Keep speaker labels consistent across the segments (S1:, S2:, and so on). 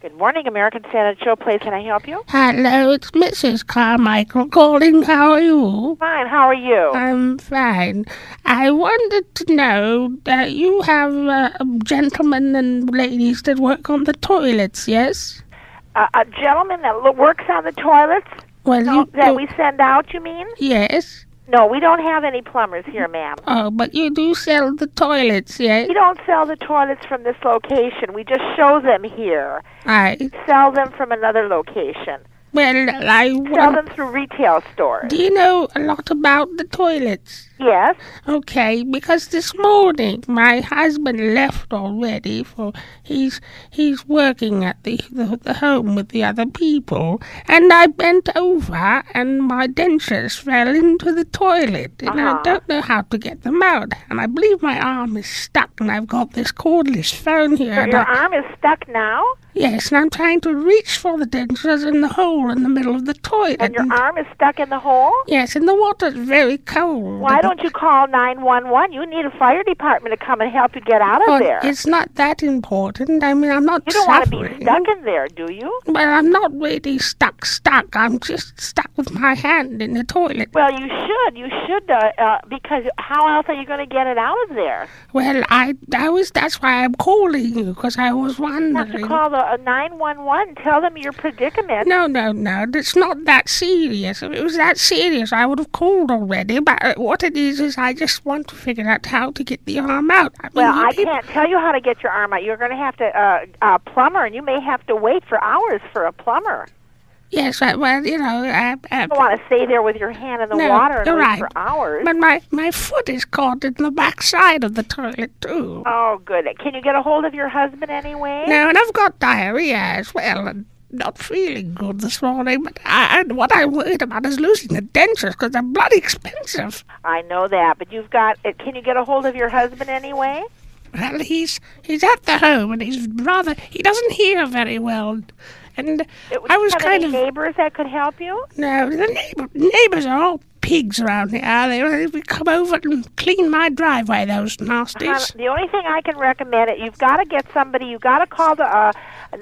S1: Good morning, American Standard Show. Please, can I help you?
S2: Hello, it's Mrs. Carmichael calling. How are you?
S1: Fine. How are you?
S2: I'm fine. I wanted to know that you have uh, gentlemen and ladies that work on the toilets, yes?
S1: Uh, a gentleman that lo- works on the toilets
S2: Well,
S1: no,
S2: you,
S1: that
S2: you-
S1: we send out. You mean?
S2: yes.
S1: No, we don't have any plumbers here, ma'am.
S2: Oh, but you do sell the toilets, yes?
S1: We don't sell the toilets from this location. We just show them here.
S2: I
S1: Sell them from another location.
S2: well, I
S1: Sell
S2: want.
S1: them through retail stores.
S2: Do you know a lot about the toilets?
S1: Yes.
S2: Okay, because this morning my husband left already for he's he's working at the, the the home with the other people, and I bent over and my dentures fell into the toilet, and
S1: Uh-huh.
S2: I don't know how to get them out, and I believe my arm is stuck, and I've got this cordless phone here,
S1: So
S2: and
S1: your
S2: I-
S1: arm is stuck now,
S2: yes, and I'm trying to reach for the dentures in the hole in the middle of the toilet.
S1: and your
S2: and-
S1: arm is stuck in the hole.
S2: Yes, and the water's very cold.
S1: Why
S2: and-
S1: don't you call 911? You need a fire department to come and help you get out of
S2: Oh,
S1: there.
S2: It's not that important. I mean, I'm not
S1: You don't want to
S2: suffering.
S1: be stuck in there, do you?
S2: Well, I'm not really stuck, stuck. I'm just stuck with my hand in the toilet.
S1: Well, you should. You should, uh, uh, because how else are you going to get it out of there?
S2: Well, I, I was. That's why I'm calling you because I was
S1: You have to
S2: wondering.
S1: call the uh, 911. Tell them your predicament.
S2: No, no, no. It's not that serious. If it was that serious, I would have called already. But uh, what it is is, I just want to figure out how to get the arm out. I mean,
S1: Well,
S2: you
S1: I
S2: people-
S1: can't tell you how to get your arm out. You're going to have to uh, a plumber, and you may have to wait for hours for a plumber.
S2: Yes, I, well, you know, uh, I, I,
S1: You don't want to stay there with your hand in the
S2: No,
S1: water and
S2: you're
S1: wait
S2: right.
S1: for hours.
S2: but my my foot is caught in the back side of the toilet too.
S1: oh, good. Can you get a hold of your husband anyway?
S2: No, and I've got diarrhea as well, and not feeling good this morning. But I, and what I'm worried about is losing the dentures because they're bloody expensive.
S1: I know that, but you've got. uh, Can you get a hold of your husband anyway?
S2: Well, he's he's at the home, and he's rather he doesn't hear very well. And
S1: It-
S2: I was
S1: have
S2: kind
S1: any
S2: of
S1: neighbors that could help you.
S2: no. The neighbor, neighbors are all pigs around here. They, they come over and clean my driveway. Those
S1: Um,
S2: nasties.
S1: the only thing I can recommend it. You've got to get somebody. You've got to call the. Uh,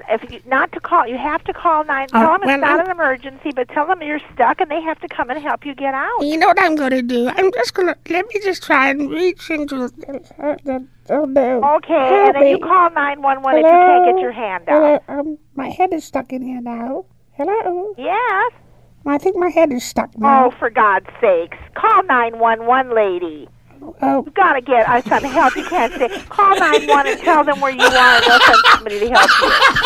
S1: if you, not to call, you have to call nine.
S2: Uh,
S1: tell them
S2: well,
S1: it's not
S2: I'm-
S1: an emergency, but tell them you're stuck, and they have to come and help you get out.
S2: You know what I'm going to do? I'm just going to let me just try and reach into the. Oh no.
S1: Okay, and then you call nine one one if you
S2: Hello?
S1: can't get your hand out.
S2: Hello, um, my head is stuck in here now. Hello,
S1: Yes.
S2: I think my head is stuck
S1: Oh,
S2: now.
S1: for God's sakes, call nine one one, lady.
S2: Oh,
S1: You've got to get uh, some help. You can't stay. Call nine one and tell them where you are, and they'll send somebody to help you.